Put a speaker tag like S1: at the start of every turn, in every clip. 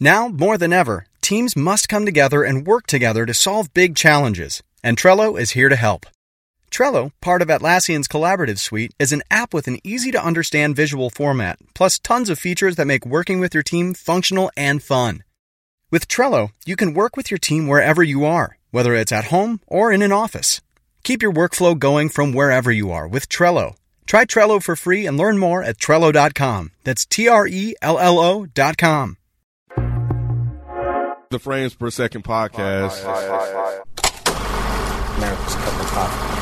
S1: Now, more than ever, teams must come together and work together to solve big challenges, and Trello is here to help. Trello, part of Atlassian's collaborative suite, is an app with an easy to understand visual format, plus tons of features that make working with your team functional and fun. With Trello, you can work with your team wherever you are, whether it's at home or in an office. Keep your workflow going from wherever you are with Trello. Try Trello for free and learn more at Trello.com. That's T R E L L O.com.
S2: The Frames Per Second podcast.
S3: America's Cup of Coffee.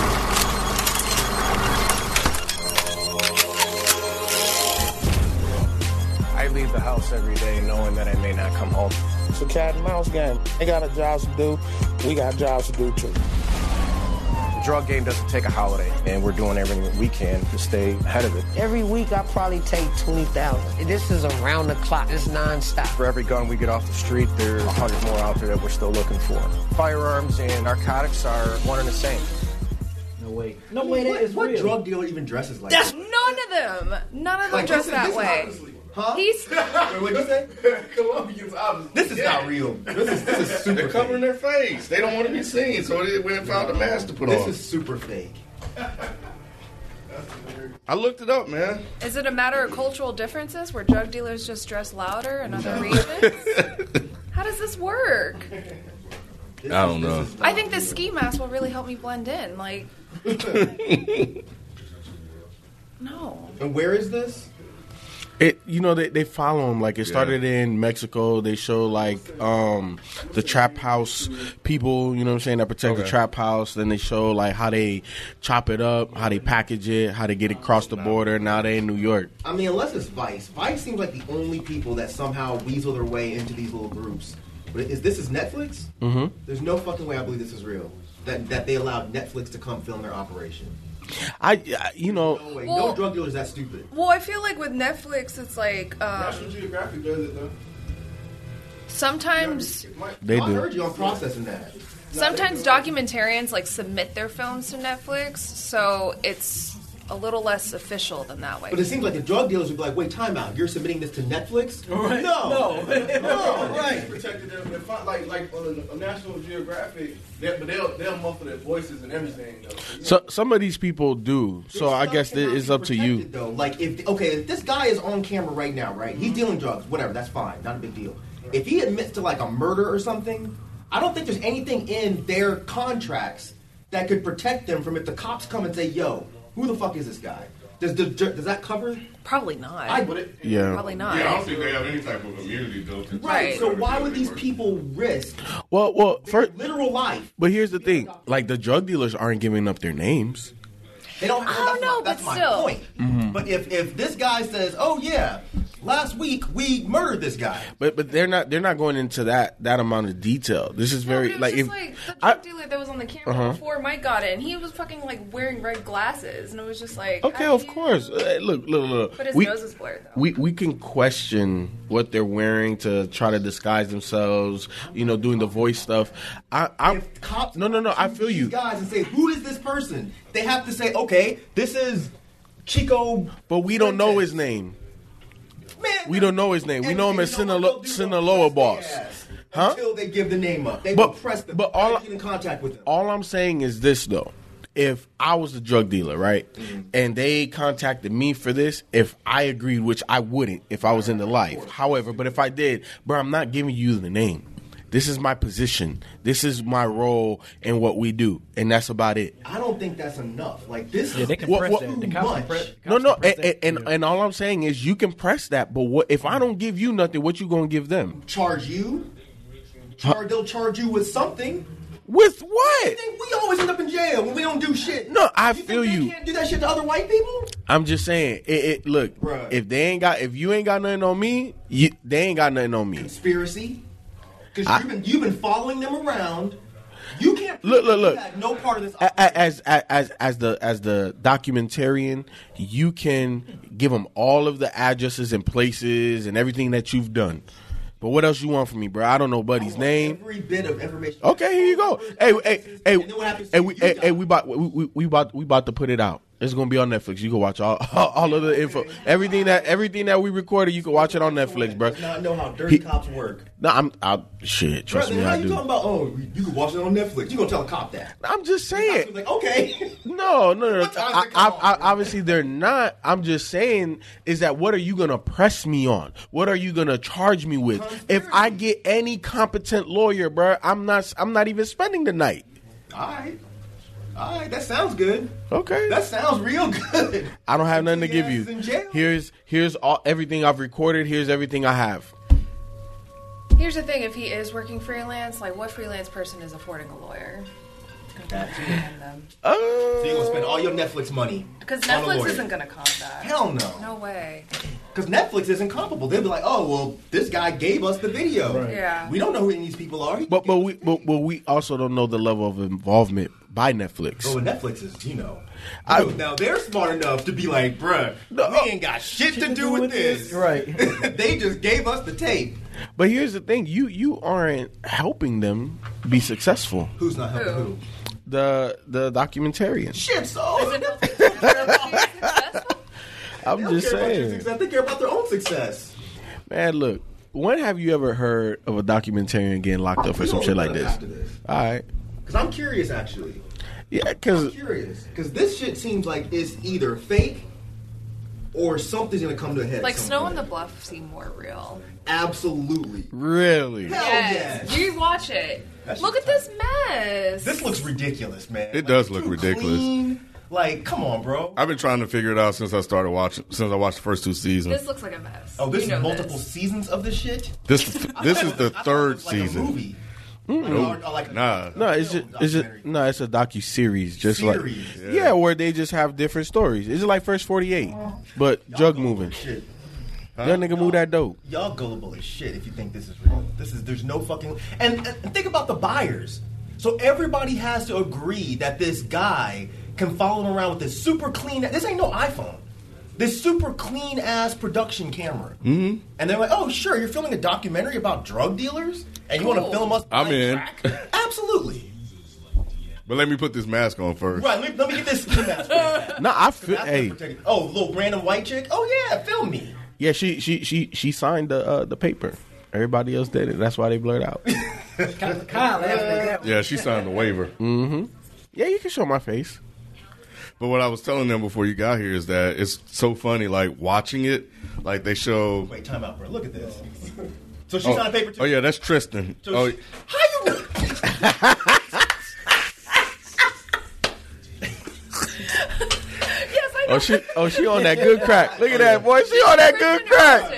S3: I leave the house every day knowing that I may not come home. It's a cat and mouse game. They got a job to do. We got jobs to do too. The drug game doesn't take a holiday, and we're doing everything that we can to stay ahead of it.
S4: Every week I probably take 20,000. This is around the clock. It's nonstop.
S3: For every gun we get off the street, there's a hundred more out there that we're still looking for. Firearms and narcotics are one and the same.
S5: No way. No way. That is
S6: what
S5: real.
S6: drug dealer even dresses like
S7: That's
S6: that?
S7: none of them. None of them
S6: Like, this
S7: dress
S6: is-
S7: that
S6: this is
S7: way.
S6: obviously- Huh?
S7: He's
S6: Wait, what'd you say?
S8: Colombians obviously.
S6: This is not real. This is, this is super
S8: They're covering
S6: fake.
S8: their face. They don't want to be seen, so they went and found a mask to put
S6: This
S8: on.
S6: is super fake.
S8: I looked it up, man.
S7: is it a matter of cultural differences where drug dealers just dress louder in other regions? How does this work?
S8: I don't know.
S7: I think this ski mask will really help me blend in. Like, no.
S6: And where is this?
S5: It you know they, they follow him like it started in Mexico. They show like um the trap house people, you know what I'm saying, that protect the trap house. Then they show like how they chop it up, how they package it, how they get it across the border. Now they in New York.
S6: I mean, unless it's Vice. Vice seems like the only people that somehow weasel their way into these little groups. But is this is Netflix? Mm-hmm. There's no fucking way I believe this is real. That that they allowed Netflix to come film their operation.
S5: I, I you
S6: No
S5: know
S6: way.
S7: Well-
S6: no drug dealer's that stupid.
S7: Well, I feel like with Netflix, it's like um,
S8: Geographic does it though.
S7: sometimes
S5: they
S6: I
S5: do.
S6: heard you on processing that.
S7: sometimes documentarians like submit their films to Netflix, so it's a little less official than that way.
S6: But it seems like the drug dealers would be like, wait, time out. You're submitting this to Netflix? No.
S8: Oh, right. Protected them. They find, like like on a, a National Geographic, they, but they'll they'll muffle their voices and everything though.
S5: So some of these people do. So
S6: This
S5: I
S6: stuff
S5: guess it
S6: cannot
S5: is
S6: be
S5: up to you.
S6: protected, Though, like if okay, if this guy is on camera right now, right? He's dealing drugs, whatever. That's fine, not a big deal. If he admits to like a murder or something, I don't think there's anything in their contracts that could protect them from if the cops come and say, "Yo, who the fuck is this guy?" Does the, does that cover?
S7: Probably not.
S6: I would it.
S5: Yeah.
S7: Probably not.
S8: Yeah, I don't think they have any type of immunity though. to-
S7: Right.
S6: So why would these people risk
S5: Well, well, first,
S6: literal life?
S5: but here's the thing: like the drug dealers aren't giving up their names.
S6: They don't. Have,
S7: I don't
S6: that's my- that's
S7: know, Oh, but
S6: my
S7: still.
S6: point.
S5: Mm-hmm.
S6: But if if this guy says, "Oh yeah, last week we murdered this guy,"
S5: But but they're not they're not going into that that amount of detail. This is
S7: No,
S5: very
S7: but it was just
S5: like if
S7: like the drug
S5: I- Uh-huh.
S7: dealer that was on the camera before Mike got it, and he was fucking like wearing red glasses, and it was just like
S5: okay,
S7: how
S5: of
S7: do you-
S5: course. Uh, look, look, look.
S7: But his
S5: we,
S7: nose is blurred though.
S5: we we can question what they're wearing to try to disguise themselves. You know, doing the voice stuff. I I
S6: if cops
S5: no no no. I
S6: shoot
S5: feel
S6: these
S5: you.
S6: guys and say who is this person they have to say okay this is chico
S5: But we don't know his name.
S6: man
S5: We don't know his name. We know him as Sinalo- Sinaloa boss.
S6: huh until they give the name up they
S5: But-
S6: will press them
S5: but all-
S6: They get in contact with them
S5: All I'm saying is this though. If I was a drug dealer, right,
S6: Mm-hmm.
S5: and they contacted me for this, if I agreed, which I wouldn't if I was in the life. However, but if I did, bro, I'm not giving you the name. This is my position. This is my role and what we do, and that's about it.
S6: i don't think that's enough like this
S5: they
S6: is
S5: can What- press what- that.
S6: too
S5: The
S6: much.
S5: No, no, and and, and, and all I'm saying is you can press that, but what if I don't give you nothing? What you gonna give them
S6: charge you Char- they'll charge you with something
S5: with what?
S6: They think we always end up in jail when we don't do shit
S5: No, I
S6: think
S5: feel
S6: they
S5: you.
S6: can't do that shit to other white people
S5: I'm just saying. It, it look
S6: Bruh.
S5: if they ain't got if you ain't got nothing on me, you, they ain't got nothing on me.
S6: conspiracy because you've been you've been following them around. You can't
S5: Look, look, look.
S6: You had no part of this.
S5: A- a- As, as as as the as the documentarian, you can give them all of the addresses and places and everything that you've done. But what else you want from me, bro? I don't know buddy's name.
S6: Every bit of information.
S5: Okay, here you go. Hey, hey, hey,
S6: And then what happens
S5: hey,
S6: to
S5: we,
S6: you
S5: hey,
S6: guys?
S5: hey, we about we, we, we about we about to put it out. It's gonna be on Netflix. You can watch all all of the info, everything that everything that we recorded. You can watch it on Netflix, bro.
S6: Does not know how dirty
S5: He-
S6: cops work.
S5: No, I'm I shit. Trust
S6: Brother,
S5: me,
S6: how
S5: I
S6: you talking
S5: do.
S6: about? Oh, you can watch it on Netflix. You gonna tell a cop that?
S5: I'm just
S6: He's
S5: saying.
S6: like, okay.
S5: No, no, no. no.
S6: What time does
S5: I,
S6: it
S5: I,
S6: come on?
S5: I, obviously, they're not. I'm just saying is that what are you gonna press me on? What are you gonna charge me with? If I get any competent lawyer, bro, I'm not. I'm not even spending the night.
S6: All right. All right. That sounds good.
S5: Okay.
S6: That sounds real good.
S5: I don't have nothing to
S6: He
S5: give
S6: has
S5: you.
S6: us in jail.
S5: Here's here's all everything I've recorded. Here's everything I have.
S7: Here's the thing: if he is working freelance, like what freelance person is affording a lawyer?
S5: Uh,
S6: So you gonna spend all your Netflix money?
S7: Because
S6: on a
S7: Netflix
S6: lawyer.
S7: isn't going to comp that.
S6: Hell no.
S7: No way.
S6: Because Netflix isn't comparable. They'd be like, oh, well, this guy gave us the video.
S7: Yeah.
S6: We don't know who any of these people are. He-
S5: but but we but, but we also don't know the level of involvement by Netflix.
S6: But with Oh, Netflix is, you know.
S5: I-
S6: now they're smart enough to be like, bruh,
S5: No. oh,
S6: we ain't got shit to do with this.
S5: right?
S6: they just gave us the tape.
S5: but here's the thing: you you aren't helping them be successful.
S6: Who's not helping
S7: Who?
S6: who?
S5: The the documentarian.
S6: Shit, so. They don't
S5: I'm just
S6: care about your
S5: saying,
S6: success. They care about their own success.
S5: man. Look, when have you ever heard of a documentarian getting locked up for
S6: We
S5: some
S6: gonna
S5: shit
S6: look
S5: like
S6: it up
S5: this?
S6: after this.
S5: All right,
S6: Because I'm curious, actually.
S5: yeah, because
S6: Curious. Because this shit seems like it's either fake or something's going to come to a head. at
S7: Like
S6: some
S7: Snow
S6: point.
S7: on the Bluff seem more real.
S6: Absolutely.
S5: really,
S6: Hell yes.
S7: You watch it.
S6: That's
S7: Look at this mess.
S6: This looks ridiculous, man.
S2: It does look
S6: too
S2: ridiculous.
S6: clean. Like, come on, bro.
S2: I've been trying to figure it out since I started watching. Since I watched the first two seasons.
S7: This looks like a mess.
S6: oh, this
S7: You know
S6: is multiple
S7: this.
S6: seasons of this shit.
S2: This this is
S6: I
S2: the
S6: thought it
S2: third
S6: was like A
S2: season.
S6: movie. Like, or- or like a-
S2: Nah.
S5: No, it's just, it's just
S6: Documentary.
S5: no, it's a docu series, just
S6: Series.
S5: like yeah. where they just have different stories. It's like first forty eight, but drug moving.
S6: Shit.
S5: Young nigga move that dope.
S6: Y'all gullible as shit if you think this is real. This is there's no fucking and, and think about the buyers. So everybody has to agree that this guy can follow around with this super clean. This ain't no iPhone. This super clean ass production camera. Mm-hmm. And they're like, oh sure, you're filming a documentary about drug dealers, and you want
S7: Cool.
S6: to film us?
S2: I'm
S6: buying
S2: in.
S6: crack? Absolutely.
S2: But let me put this mask on first.
S6: Right. Let, let me get this. mask first.
S5: No, I feel.
S6: That's
S5: Hey,
S6: protected. Oh, little random white chick. Oh yeah, film me.
S5: yeah, she she she she signed the uh, the paper. Everybody else did it. That's why they blurred out.
S4: Kyle laughed at that.
S2: Yeah, she signed the waiver.
S6: Mm.
S5: yeah, you can show my face.
S2: But what I was telling them before you got here is that it's so funny. Like watching it, like they show.
S6: Wait, time out, bro. Look at this. So she's
S2: Oh,
S6: on a paper too.
S2: oh yeah, that's Tristan.
S6: So
S2: oh,
S6: she- how you know?
S7: Yes, I know.
S5: Oh she oh she on that good crack.
S6: Oh,
S5: Look at that boy. She on that good crack.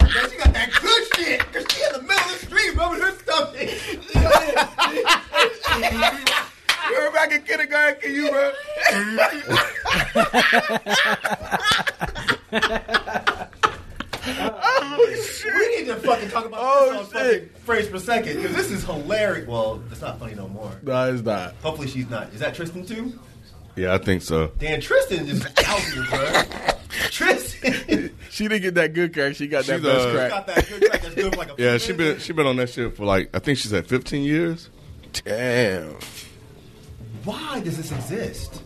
S6: Man, she got that good shit. Cause she in the middle of the street, rubbing her stomach.
S2: you're back in kindergarten, can you, bro?
S6: we need to fucking talk about
S5: Oh,
S6: this on fucking
S5: shit.
S6: phrase per second, cause this is hilarious. Well, it's not funny no more.
S5: No, it's not.
S6: Hopefully she's not. Is that Tristan too?
S2: Yeah, I think so.
S6: Damn, Tristan is out here, bro. Tristan
S5: She didn't get that good crack. She got that
S2: She's,
S5: best
S2: uh,
S5: crack.
S6: got that good track that's good for like a
S2: Yeah,
S6: few
S2: she been
S6: minutes.
S2: she been on that shit for like I think she's at 15 years.
S5: Damn.
S6: Why does this exist?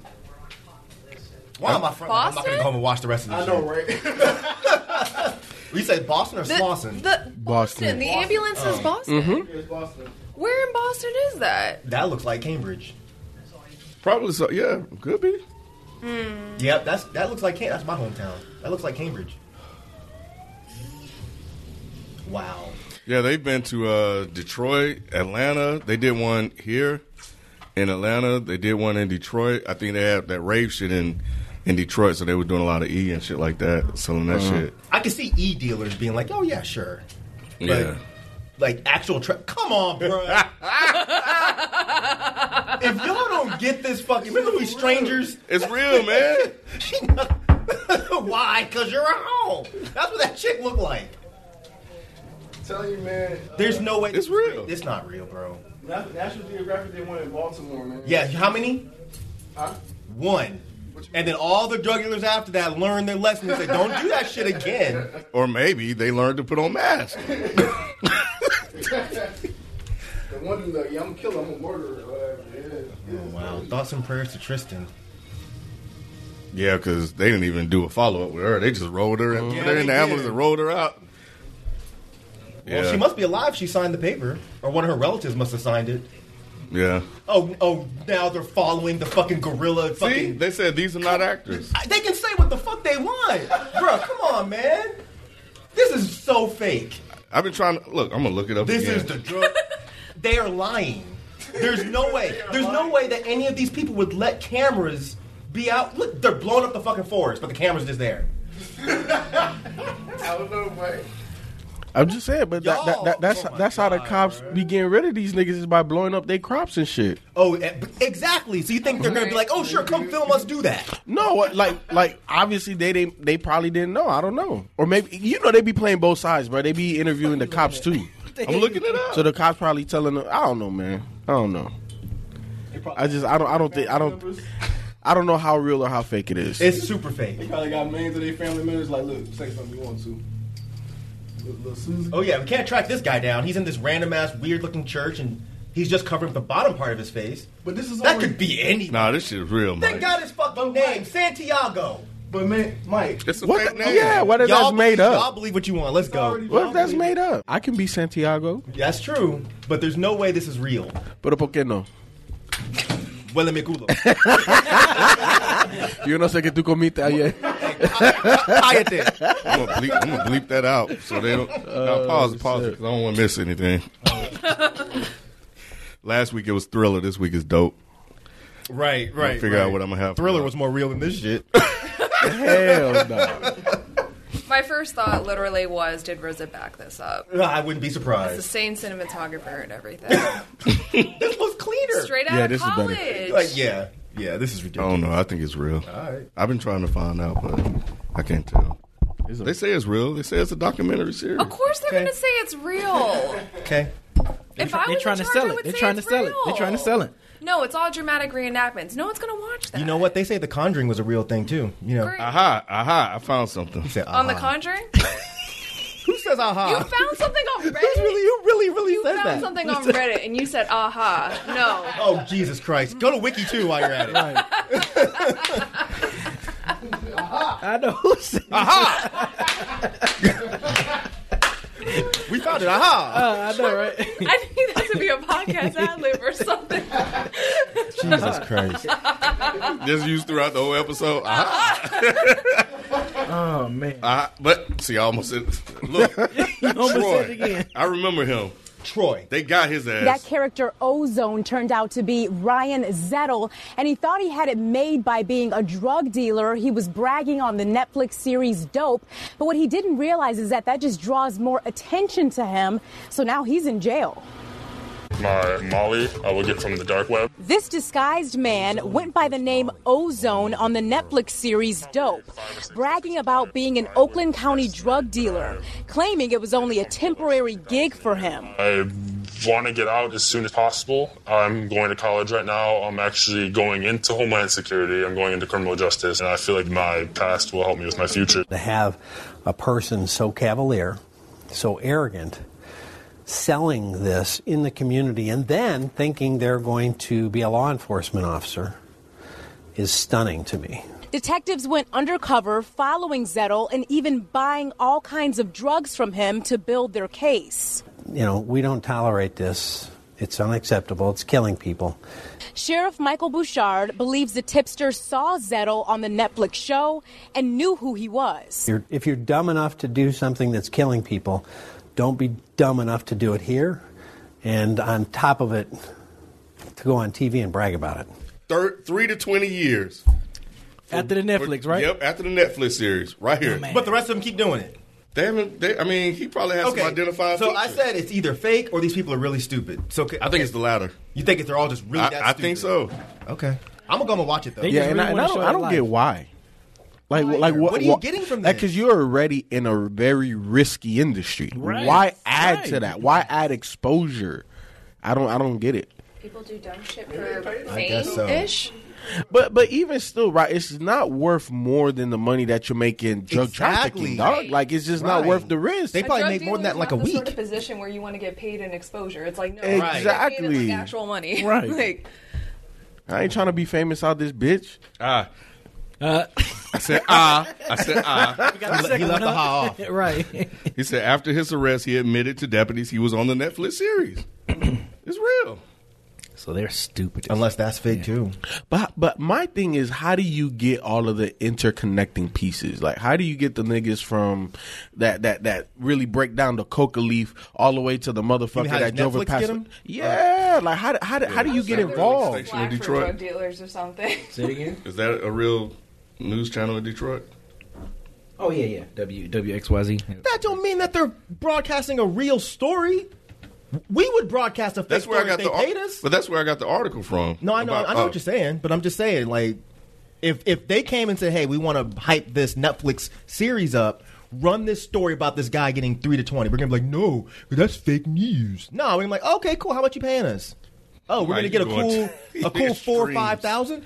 S6: Why am I from? I'm not
S7: Boston?
S6: gonna go home and watch the rest of this.
S8: I know, right?
S6: We said Boston or
S7: The,
S6: Swanson.
S7: the- Boston. The ambulance is Boston.
S5: Mm-hmm.
S8: Here's Boston.
S7: Where in Boston is that?
S6: that looks like Cambridge.
S2: Probably
S5: uh,
S2: so. Yeah, could be.
S6: Yep, that's that looks like Cam- that's my hometown. That looks like Cambridge. Wow.
S2: Yeah, they've been to uh, Detroit, Atlanta. They did one here in Atlanta. They did one in Detroit. I think they had that rave shit in in Detroit, so they were doing a lot of E and shit like that, selling that
S6: Uh-huh.
S2: shit.
S6: I can see e dealers being like, "Oh yeah, sure." Like,
S2: Yeah.
S6: Like actual tra Come on, bro. if y'all don't get this fucking, remember we strangers.
S2: It's real, man.
S6: She not- Why? Cause you're at home. That's what that chick looked like.
S8: Tell you, man. Uh,
S6: There's no way.
S2: It's real.
S6: It's not real, bro.
S8: Nat- National Geographic did one in Baltimore, man.
S6: Yeah.
S2: Mm.
S6: How many?
S8: Huh?
S6: One. And then all the drug dealers after that learned their lesson and said, "Don't do that shit again."
S2: Or maybe they learned to put on masks.
S8: The one dude like, yeah, I'm a killer, I'm a murderer. Whatever. Yeah.
S6: Oh, Wow. Thoughts and prayers to Tristan.
S2: Yeah, because they didn't even do a follow up with her. They just rolled her. in
S6: Mm-hmm. Yeah,
S2: they're in the
S6: they did.
S2: ambulance and rolled her out.
S6: Well, she must be alive. She signed the paper, or one of her relatives must have signed it.
S2: Yeah.
S6: Oh, oh! Now they're following the fucking gorilla.
S2: See,
S6: Fucking,
S2: they said these are not actors.
S6: they can say what the fuck they want, bro. Come on, man. This is so fake.
S2: I've been trying to look. I'm gonna look it up.
S6: This
S2: again.
S6: is the drug. they are lying. There's no way. There's no way that any of these people would let cameras be out. Look, they're blowing up the fucking forest, but the camera's just there.
S8: I don't know, man.
S5: I'm just saying, but that, that, that, that's
S6: Y'all- oh
S5: that's how the cops be getting rid of these niggas is by blowing up their crops and shit.
S6: Oh, eh, b- exactly. So you think they're gonna be like, oh, sure, come film us do that?
S5: No, what- like like obviously they they, they probably didn't know. I don't know, or maybe you know they be playing both sides, bro. They be interviewing the cops too.
S2: I'm looking it up.
S5: So the cops probably telling them. I don't know, man. I don't know. I just I don't I don't think I don't I don't know how real or how fake it is.
S6: It's super fake.
S8: Probably got millions of their family members. Like, look, say something you want to. Little, little Susan.
S6: Oh yeah, we can't track this guy down. He's in this random ass, weird looking church, and he's just covering up the bottom part of his face.
S8: But this is
S6: That
S8: already-
S6: could be any.
S2: nah, this shit is real,
S6: They
S2: man.
S6: got his fucking name, Santiago.
S8: But man, Mike,
S2: It's a
S5: What?
S2: fake
S5: The,
S2: name.
S5: yeah, what if that's made
S6: Y'all
S5: up?
S6: believe what you want. Let's go.
S8: already-
S5: What if that's made up? I can be Santiago,
S6: That's true, but there's no way this is real.
S5: but por qué no?
S6: Huele mi culo.
S5: Yo no sé que tú comiste ayer.
S6: Cállate.
S2: I'm gonna, bleep, I'm gonna bleep that out so they don't.
S7: Oh,
S2: now pause, pause, because I don't want to miss anything. Last week it was Thriller. This week is Dope.
S6: Right,
S2: I'm gonna
S6: right.
S2: figure
S6: right.
S2: out what I'm gonna have. for
S6: Thriller
S2: y'all.
S6: was more real than this shit.
S5: Hell no.
S7: My first thought literally was, did Rosa back this up?
S6: I wouldn't be
S7: The
S6: surprised.
S7: same cinematographer and everything.
S6: This looks cleaner.
S7: Straight out
S5: Yeah,
S7: of
S5: this is better.
S7: college.
S6: Like, yeah, yeah. This is
S2: I
S6: ridiculous.
S2: don't know. I think it's real.
S6: right.
S2: I've been trying to find out, but I can't tell. They say it's real. They say it's a documentary series.
S7: Of course they're
S6: Okay.
S7: gonna say it's real.
S2: Oh.
S6: Okay.
S7: if I
S9: They're
S7: was
S9: trying to
S7: in charge,
S9: sell
S7: I
S9: it.
S7: would
S9: They're
S7: say
S9: trying to
S7: it's
S9: sell it. They're
S7: real.
S9: trying to sell it.
S7: No, it's all dramatic reenactments. No one's gonna watch that.
S6: You know what they say? The Conjuring was a real thing too. You know.
S7: Great.
S2: Aha! Aha! I found something.
S6: Say, aha.
S7: On the Conjuring,
S6: Who says aha?
S7: you found something on Reddit.
S6: really, you really, really
S7: You
S6: said
S7: found
S6: that.
S7: something on Reddit and you said, "Aha, no."
S6: Oh Jesus Christ! Go to Wiki too while you're at it.
S9: I know who said
S6: We found it. Aha!
S9: I know, right?
S7: I need that to be a podcast ad lib or something.
S6: Jesus Christ!
S2: Just used throughout the whole episode. Aha!
S9: Oh man.
S2: aha. Ah, But see, I almost said. Look,
S9: Almost said
S2: Troy.
S9: it again.
S2: I remember him.
S6: Troy.
S2: They got his ass.
S10: That character Ozone turned out to be Ryan Zettel, and he thought he had it made by being a drug dealer. He was bragging on the Netflix series Dope, but what he didn't realize is that that just draws more attention to him, so now he's in jail.
S11: My Molly, I will get from the dark web.
S10: This disguised man went by the name Ozone on the Netflix series Dope, bragging about being an Oakland County drug dealer, claiming it was only a temporary gig for him.
S11: I want to get out as soon as possible. I'm going to college right now. I'm actually going into Homeland Security. I'm going into criminal justice, and I feel like my past will help me with my future.
S12: to have a person so cavalier, so arrogant, selling this in the community and then thinking they're going to be a law enforcement officer is stunning to me.
S10: Detectives went undercover following Zettel and even buying all kinds of drugs from him to build their case.
S12: You know, we don't tolerate this. It's unacceptable. It's killing people.
S10: Sheriff Michael Bouchard believes the tipster saw Zettel on the Netflix show and knew who he was.
S12: You're, if you're dumb enough to do something that's killing people, don't be dumb enough to do it here and on top of it to go on TV and brag about it.
S2: Thir- three to twenty years.
S9: After the Netflix, right? Oh,
S2: Yep, after the Netflix series, right here.
S9: man.
S6: But the rest of them keep doing it.
S2: They haven't. They, I mean, he probably has some identified.
S6: so I
S2: features.
S6: said it's either fake or these people are really stupid. So
S2: I think it's the latter.
S6: you think they're all just really that
S2: I, I
S6: stupid?
S2: think so.
S6: Okay, I'm gonna go and watch it though.
S9: They just
S5: Yeah, and,
S9: really
S5: I, and
S9: wanna
S5: I don't,
S9: show
S5: I
S9: their
S5: don't
S9: life.
S5: get why. Like, like what,
S6: What are you getting from
S5: that?
S6: this?
S5: Because you're already in a very risky industry.
S9: Right.
S5: Why add to
S9: Right.
S5: that? Why add exposure? I don't, I don't get it.
S7: People do dumb shit for
S6: guess so.
S7: fame-ish.
S5: But, but even still, right? It's not worth more than the money that you're making drug
S6: Exactly.
S5: trafficking, dog. Like, it's just not
S6: Right.
S5: worth the risk.
S6: They
S7: A
S6: probably
S7: drug
S6: make more than that
S7: dealer's
S6: in like
S7: not
S6: a
S7: the Sort of
S6: week.
S7: position where you want to get paid in exposure. It's like no,
S5: Right.
S7: exactly. Paid in,
S5: Exactly.
S7: like, actual money.
S5: Right.
S7: like,
S5: I ain't trying to be famous out this bitch.
S2: Ah,
S8: Uh,
S2: I said ah. I said ah.
S8: We got the second one up. right.
S2: He said after his arrest, he admitted to deputies he was on the Netflix series. It's real.
S8: So they're stupid.
S5: Unless that's fake too. But but my thing is, how do you get all of the interconnecting pieces? Like, how do you get the niggas from that that that really break down the coca leaf all the way to the motherfucker
S6: how
S5: that
S6: does
S5: drove it
S6: Netflix
S5: past?
S6: get 'em? Uh,
S5: Yeah, like how do- how do, how do you get involved?
S7: Flag for drug dealers or something.
S2: Is that a real news channel in Detroit?
S8: Oh yeah, yeah. W WXYZ.
S6: That don't mean that they're broadcasting a real story. We would broadcast a fake
S2: That's where I
S6: story
S2: got the.
S6: if they paid
S2: Ar-
S6: us.
S2: but that's where I got the article from.
S6: No, I know,
S2: about,
S6: I know
S2: uh,
S6: what you're saying, but I'm just saying, like, if if they came and said, "Hey, we want to hype this Netflix series up," run this story about this guy getting three to twenty, we're gonna be like, "No, that's fake news." No, we're gonna be like, "Okay, cool. How much you paying us?" Oh, we're
S2: Right,
S6: gonna get a
S2: you going
S6: cool
S2: to-
S6: a cool four or
S2: Extremes.
S6: five thousand.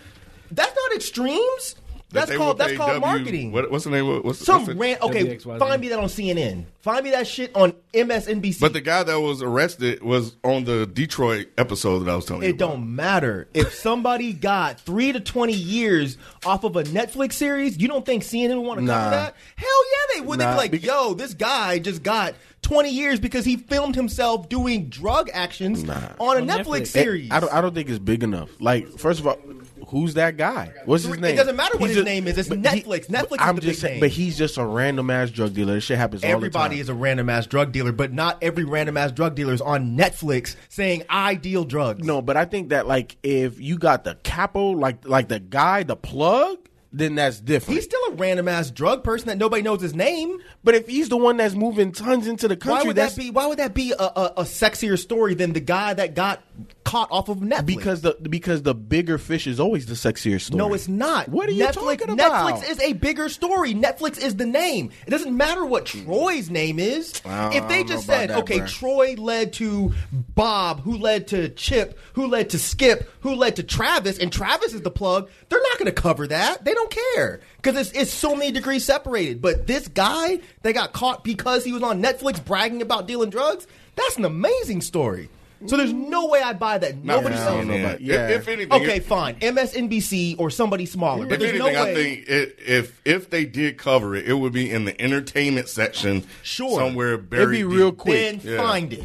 S6: That's not extremes.
S2: that
S6: That's
S2: they
S6: called
S2: will
S6: that's
S2: pay
S6: called
S2: W-
S6: marketing.
S2: What, what's the name? What, what's,
S6: Some
S2: what's the,
S6: rant. Okay, find me that on CNN. Find me that shit on MSNBC.
S2: But the guy that was arrested was on the Detroit episode that I was telling you.
S6: It don't matter if somebody got three to twenty years off of a Netflix series. You don't think CNN would want to
S5: Nah.
S6: cover that? Hell yeah, they would.
S5: Nah,
S6: They'd be like, "Yo, this guy just got twenty years because he filmed himself doing drug actions on a Netflix, series."
S5: I don't I don't think it's big enough. Like, first of all, who's that guy? What's his name?
S6: It doesn't matter what his
S5: He's just-
S6: name is. It's
S5: but he-
S6: Netflix. Netflix
S5: I'm
S6: is the big
S5: just saying,
S6: name.
S5: but he's just a random ass drug dealer. This shit happens. all the time.
S6: Everybody is a random ass drug dealer, but not every random ass drug dealer is on Netflix saying I deal drugs.
S5: No, but I think that like if you got the capo, like like the guy, the plug, then that's different.
S6: He's still a random ass drug person that nobody knows his name.
S5: But if he's the one that's moving tons into the country,
S6: why would
S5: that's
S6: that be? Why would that be a, a, a sexier story than the guy that got caught off of Netflix?
S5: because the because the bigger fish is always the sexier story.
S6: no, it's not.
S5: What are you
S6: Netflix,
S5: talking about?
S6: Netflix is a bigger story. Netflix is the name. It doesn't matter what Troy's name is.
S5: Hmm. I don't-
S6: If
S5: I
S6: they
S5: don't
S6: just
S5: know about
S6: said,
S5: that,
S6: okay,
S5: bruh.
S6: Troy led to Bob, who led to Chip, who led to Skip, who led to Travis, and Travis is the plug, they're not going to cover that. They don't care because it's, it's so many degrees separated. But this guy that got caught because he was on Netflix bragging about dealing drugs, that's an amazing story. So there's no way I buy that.
S2: Not
S6: Nobody
S2: for
S6: knows.
S2: CNN.
S6: Nobody.
S2: If- if anything,
S6: okay,
S2: if-
S6: fine. MSNBC or somebody smaller. But
S2: If
S6: there's
S2: anything,
S6: no
S2: I
S6: way.
S2: think it, if if they did cover it, it would be in the entertainment section,
S6: Sure.
S2: somewhere buried. deep.
S6: Then find it.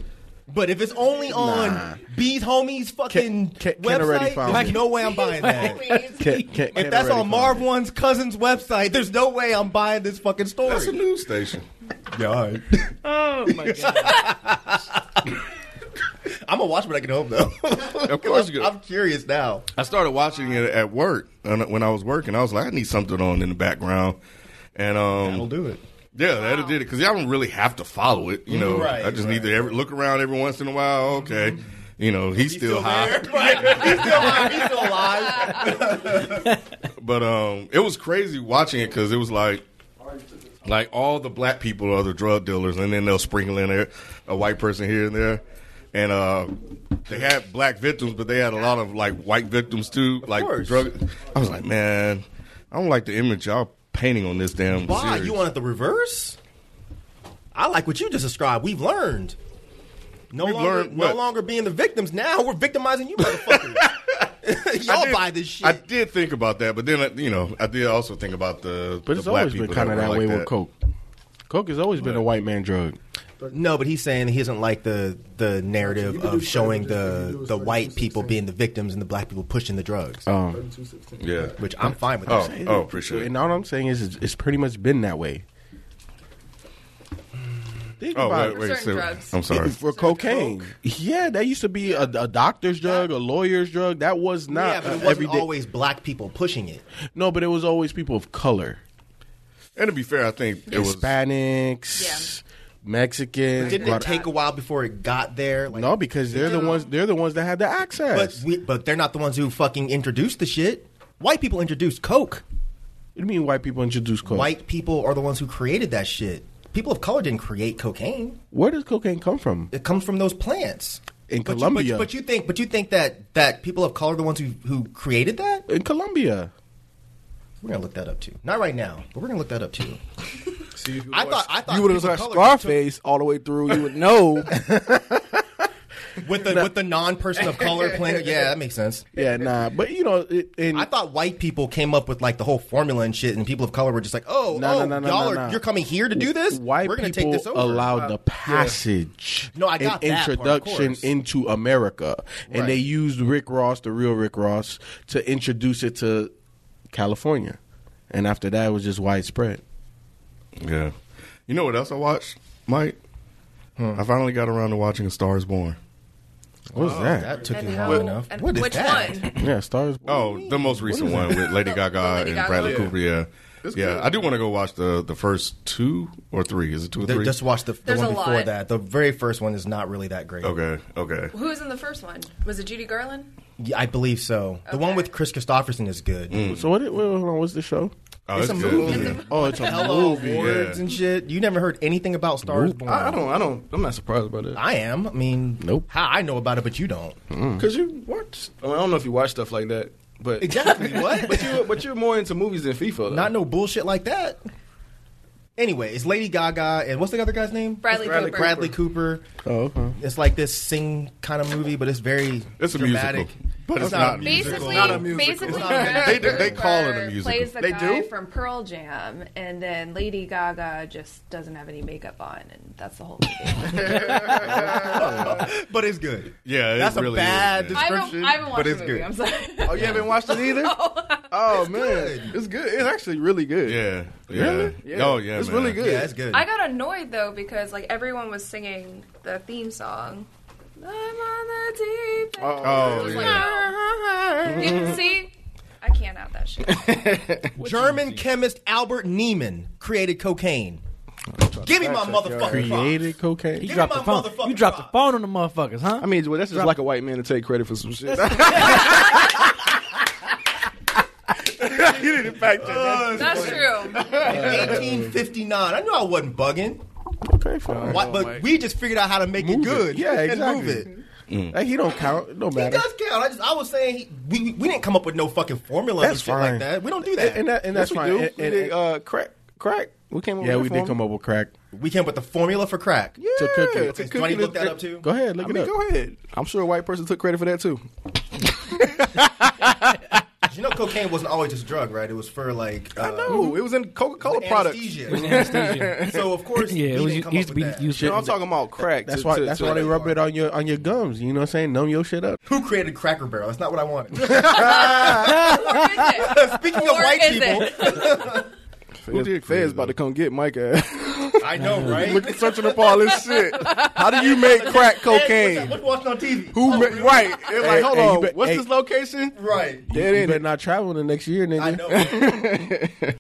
S6: But if it's only on
S2: Nah.
S6: B's homies fucking
S5: Ken already
S6: website,
S5: found
S6: there's
S5: it.
S6: no way I'm buying that.
S5: Ken- Ken- Ken
S6: if that's
S5: already
S6: on Marv One's cousin's website, there's no way I'm buying this fucking story.
S2: That's a news station.
S6: Yeah, all right.
S8: Oh my god.
S6: I'm gonna watch when I get home though.
S2: Of course, you
S6: I'm curious now.
S2: I started watching it at work and when I was working. I was like, I need something on in the background, and um, that'll
S6: do it.
S2: Yeah, that'll do it because I don't really have to follow it. You know,
S6: Mm-hmm. Right, Mm-hmm.
S2: I just need to every, look around every once in a while. Okay, you know, he's, still, high.
S6: he's still alive. He's still alive.
S2: But um, it was crazy watching it because it was like, like all the black people are the drug dealers, and then they'll sprinkle in a, a white person here and there, and uh, they had black victims, but they had a lot of like white victims too, like
S6: course.
S2: drug. I was like, man, I don't like the image y'all painting on this damn.
S6: Why?
S2: series.
S6: You want it the reverse? I like what you just described. We've learned. No longer,
S2: learned
S6: no
S2: what?
S6: longer being the victims. Now we're victimizing you, motherfuckers. Y'all buy this shit.
S2: I did think about that, but then uh, you know, I did also think about the.
S5: But
S2: the
S5: it's
S2: black
S5: always been
S2: people
S5: kind of
S2: were
S5: that
S2: like
S5: way with coke. Coke has always been a white man drug.
S6: no, but he's saying he doesn't like the the narrative of showing the the white people being the victims and the black people pushing the drugs.
S5: Um,
S2: Yeah,
S6: which I'm fine with.
S5: Oh,
S6: that.
S5: oh, appreciate it. And all I'm saying is, it's, it's pretty much been that way. Think
S2: Oh,
S5: about
S2: wait,
S5: it.
S2: wait, For certain say- drugs. I'm sorry.
S5: for cocaine. Yeah, that used to be a, a doctor's drug, a lawyer's drug. That was not
S6: yeah, but it
S5: uh,
S6: wasn't
S5: everyday-
S6: always black people pushing it.
S5: No, but it was always people of color,
S2: And to be fair, I think it was.
S5: Hispanics, Mexicans.
S6: Didn't it
S5: Guat-
S6: take a while before it got there? Like,
S5: no, because they're the ones. They're the ones that had the access.
S6: but we, but they're not the ones who fucking introduced the shit. White people introduced coke.
S5: What do you mean white people introduced coke?
S6: White people are the ones who created that shit. People of color didn't create cocaine.
S5: Where does cocaine come from?
S6: It comes from those plants
S5: In
S6: But you- but you-
S5: Colombia.
S6: But, you think, but you think that that people of color are the ones who who created that?
S5: in Colombia.
S6: We're gonna look that up too. Not right now, but we're gonna look that up too.
S13: See, if you
S6: I
S13: watch-
S6: thought I thought
S13: you would have
S6: people of
S13: watched
S6: color
S13: Scarface all the way through. You would know
S14: with the with the non person of color playing. Yeah, that makes sense.
S5: Yeah, nah, but you know, it,
S14: I thought white people came up with like the whole formula and shit, and people of color were just like, oh, oh,
S5: No, no, no, no,
S14: y'all
S5: no,
S14: are
S5: no.
S14: you're coming here to do this.
S5: White
S14: we're gonna take
S5: people
S14: this over.
S5: allowed
S14: Uh,
S5: the
S14: yeah.
S5: passage
S14: No, I got
S5: and
S14: that part, of
S5: introduction
S14: course.
S5: into America, and
S14: Right.
S5: they used Rick Ross, the real Rick Ross, to introduce it to California, and after that, it was just widespread.
S2: Yeah, you know what else I watched, Mike? I finally got around to watching A Star Is Born.
S5: What was that? that
S7: took And you long how- enough. and What is which that? one?
S5: Yeah, Star Is
S2: Oh, the most recent
S5: What
S2: one
S5: is that?
S2: with Lady Gaga
S7: Lady
S2: and
S7: Gaga
S2: Bradley
S7: one.
S2: Cooper. Yeah,
S7: It's
S2: yeah.
S7: good.
S2: I do want to go watch the the first two or three. Is it two or
S6: They-
S2: three?
S6: Just watch the, the
S7: There's
S6: one
S7: a
S6: before
S7: lot.
S6: that. The very first one is not really that great.
S2: Okay, okay.
S7: Who was in the first one? Was it Judy Garland?
S6: Yeah, I believe so. The one with Chris Christopherson is good.
S2: Mm.
S5: So what? Wait, hold on. What's the show?
S2: Oh,
S6: it's,
S2: it's
S6: a
S2: good.
S6: movie.
S2: It's
S5: Oh, it's a
S6: Hello
S5: movie.
S6: awards
S5: Yeah.
S6: and shit. You never heard anything about Stars Born.
S5: I- I
S8: don't- I don't. I'm not surprised by that.
S6: I am. I mean,
S5: nope.
S6: How I know about it, but you don't.
S8: Because you watch. I, mean, I don't know if you watch stuff like that, but
S6: Exactly, what?
S8: but you but you're more into movies than FIFA. Though.
S6: Not no bullshit like that. Anyway, it's Lady Gaga and what's the other guy's name?
S7: Bradley Bradley Cooper.
S6: Bradley Cooper.
S5: Oh, okay.
S6: It's like this sing kind of movie, but it's very
S2: It's a
S6: dramatic.
S2: musical, but it's not a musical.
S7: Basically,
S2: Not a
S6: musical.
S7: basically,
S6: It's not a
S7: Bradley
S2: musical. They- they call it a
S7: Cooper
S2: musical.
S7: Plays the
S2: They
S7: guy
S2: do?
S7: from Pearl Jam, and then Lady Gaga just doesn't have any makeup on, and that's the whole.
S6: but it's good.
S2: Yeah, it
S6: that's
S2: really
S6: a bad
S2: is, man.
S7: I
S6: description.
S7: haven't, I haven't watched
S6: but
S7: the
S6: it's
S7: movie.
S6: good.
S7: I'm sorry.
S8: Oh, you haven't watched it either. Oh man, it's good. It's actually really good.
S2: Yeah, yeah.
S8: Really?
S2: Oh yeah,
S8: It's
S2: man.
S8: really good.
S6: Yeah, it's good.
S7: I got annoyed though because like everyone was singing the theme song. I'm on the deep. end.
S2: Oh,
S7: I was "Ah,
S6: yeah.
S7: like, Didn't see. I can't have that shit.
S6: German chemist Albert Nieman created cocaine. Give me my motherfucking props.
S5: Created cocaine.
S6: Give
S9: You
S6: me
S9: dropped
S6: my
S9: the phone. You dropped the phone on the motherfuckers, huh?
S8: I mean, well, that's just like a white man to take credit for some shit.
S5: you didn't fact check that.
S7: That's true.
S6: 1859. I knew I wasn't bugging.
S5: Okay, fine.
S6: Why- but we just figured out how to make it good.
S5: Yeah,
S6: and
S5: exactly.
S6: move it.
S5: Like, he don't count. It don't
S6: He
S5: matter.
S6: does count. I just I was saying he, we we didn't come up with no fucking formula and
S5: That's
S6: shit
S5: fine.
S6: like that. We don't do that.
S5: And, that, and that's
S8: we
S5: fine.
S8: do.
S5: And-
S8: we
S5: and-
S8: did uh, crack, crack. We came up.
S5: yeah,
S8: with
S5: we did come up with crack
S6: we came up with the formula for crack.
S8: yeah,
S5: to cook it.
S8: to
S6: Okay, somebody
S8: cooking
S6: look
S8: is-
S6: that up too.
S5: Go ahead, look
S8: I mean,
S5: it up.
S8: go ahead. I'm sure a white person took credit for that too.
S6: You know, cocaine wasn't always just a drug, right? It was for like uh,
S8: No, it was in Coca-Cola products. You
S6: anesthesia. so of course,
S9: Yeah, it
S6: we
S9: was
S6: didn't come
S9: used to
S6: up with
S9: be
S6: that.
S9: used.
S8: know, I'm talking about crack.
S5: That's
S8: to-
S5: why.
S8: to-
S5: That's
S8: to-
S5: why they rub it on your on your gums. You know what I'm saying? Numb your shit up.
S6: Who created Cracker Barrel? That's not what I wanted.
S7: Or is it?
S6: Speaking
S7: Or
S6: of white
S7: is
S6: people,
S7: it?
S8: Who did Fez about to come get Mike ass.
S6: I know, right?
S8: Look, searching up all this shit. How do you make crack cocaine?
S6: What's watching on TV?
S8: Who ma- right? It's like,
S5: Hey,
S8: hold
S5: hey, you
S8: on.
S5: bet-
S8: What's
S5: hey.
S8: this location?
S6: Right.
S5: You
S8: Dead end.
S5: better not travel the next year, nigga.
S6: I know.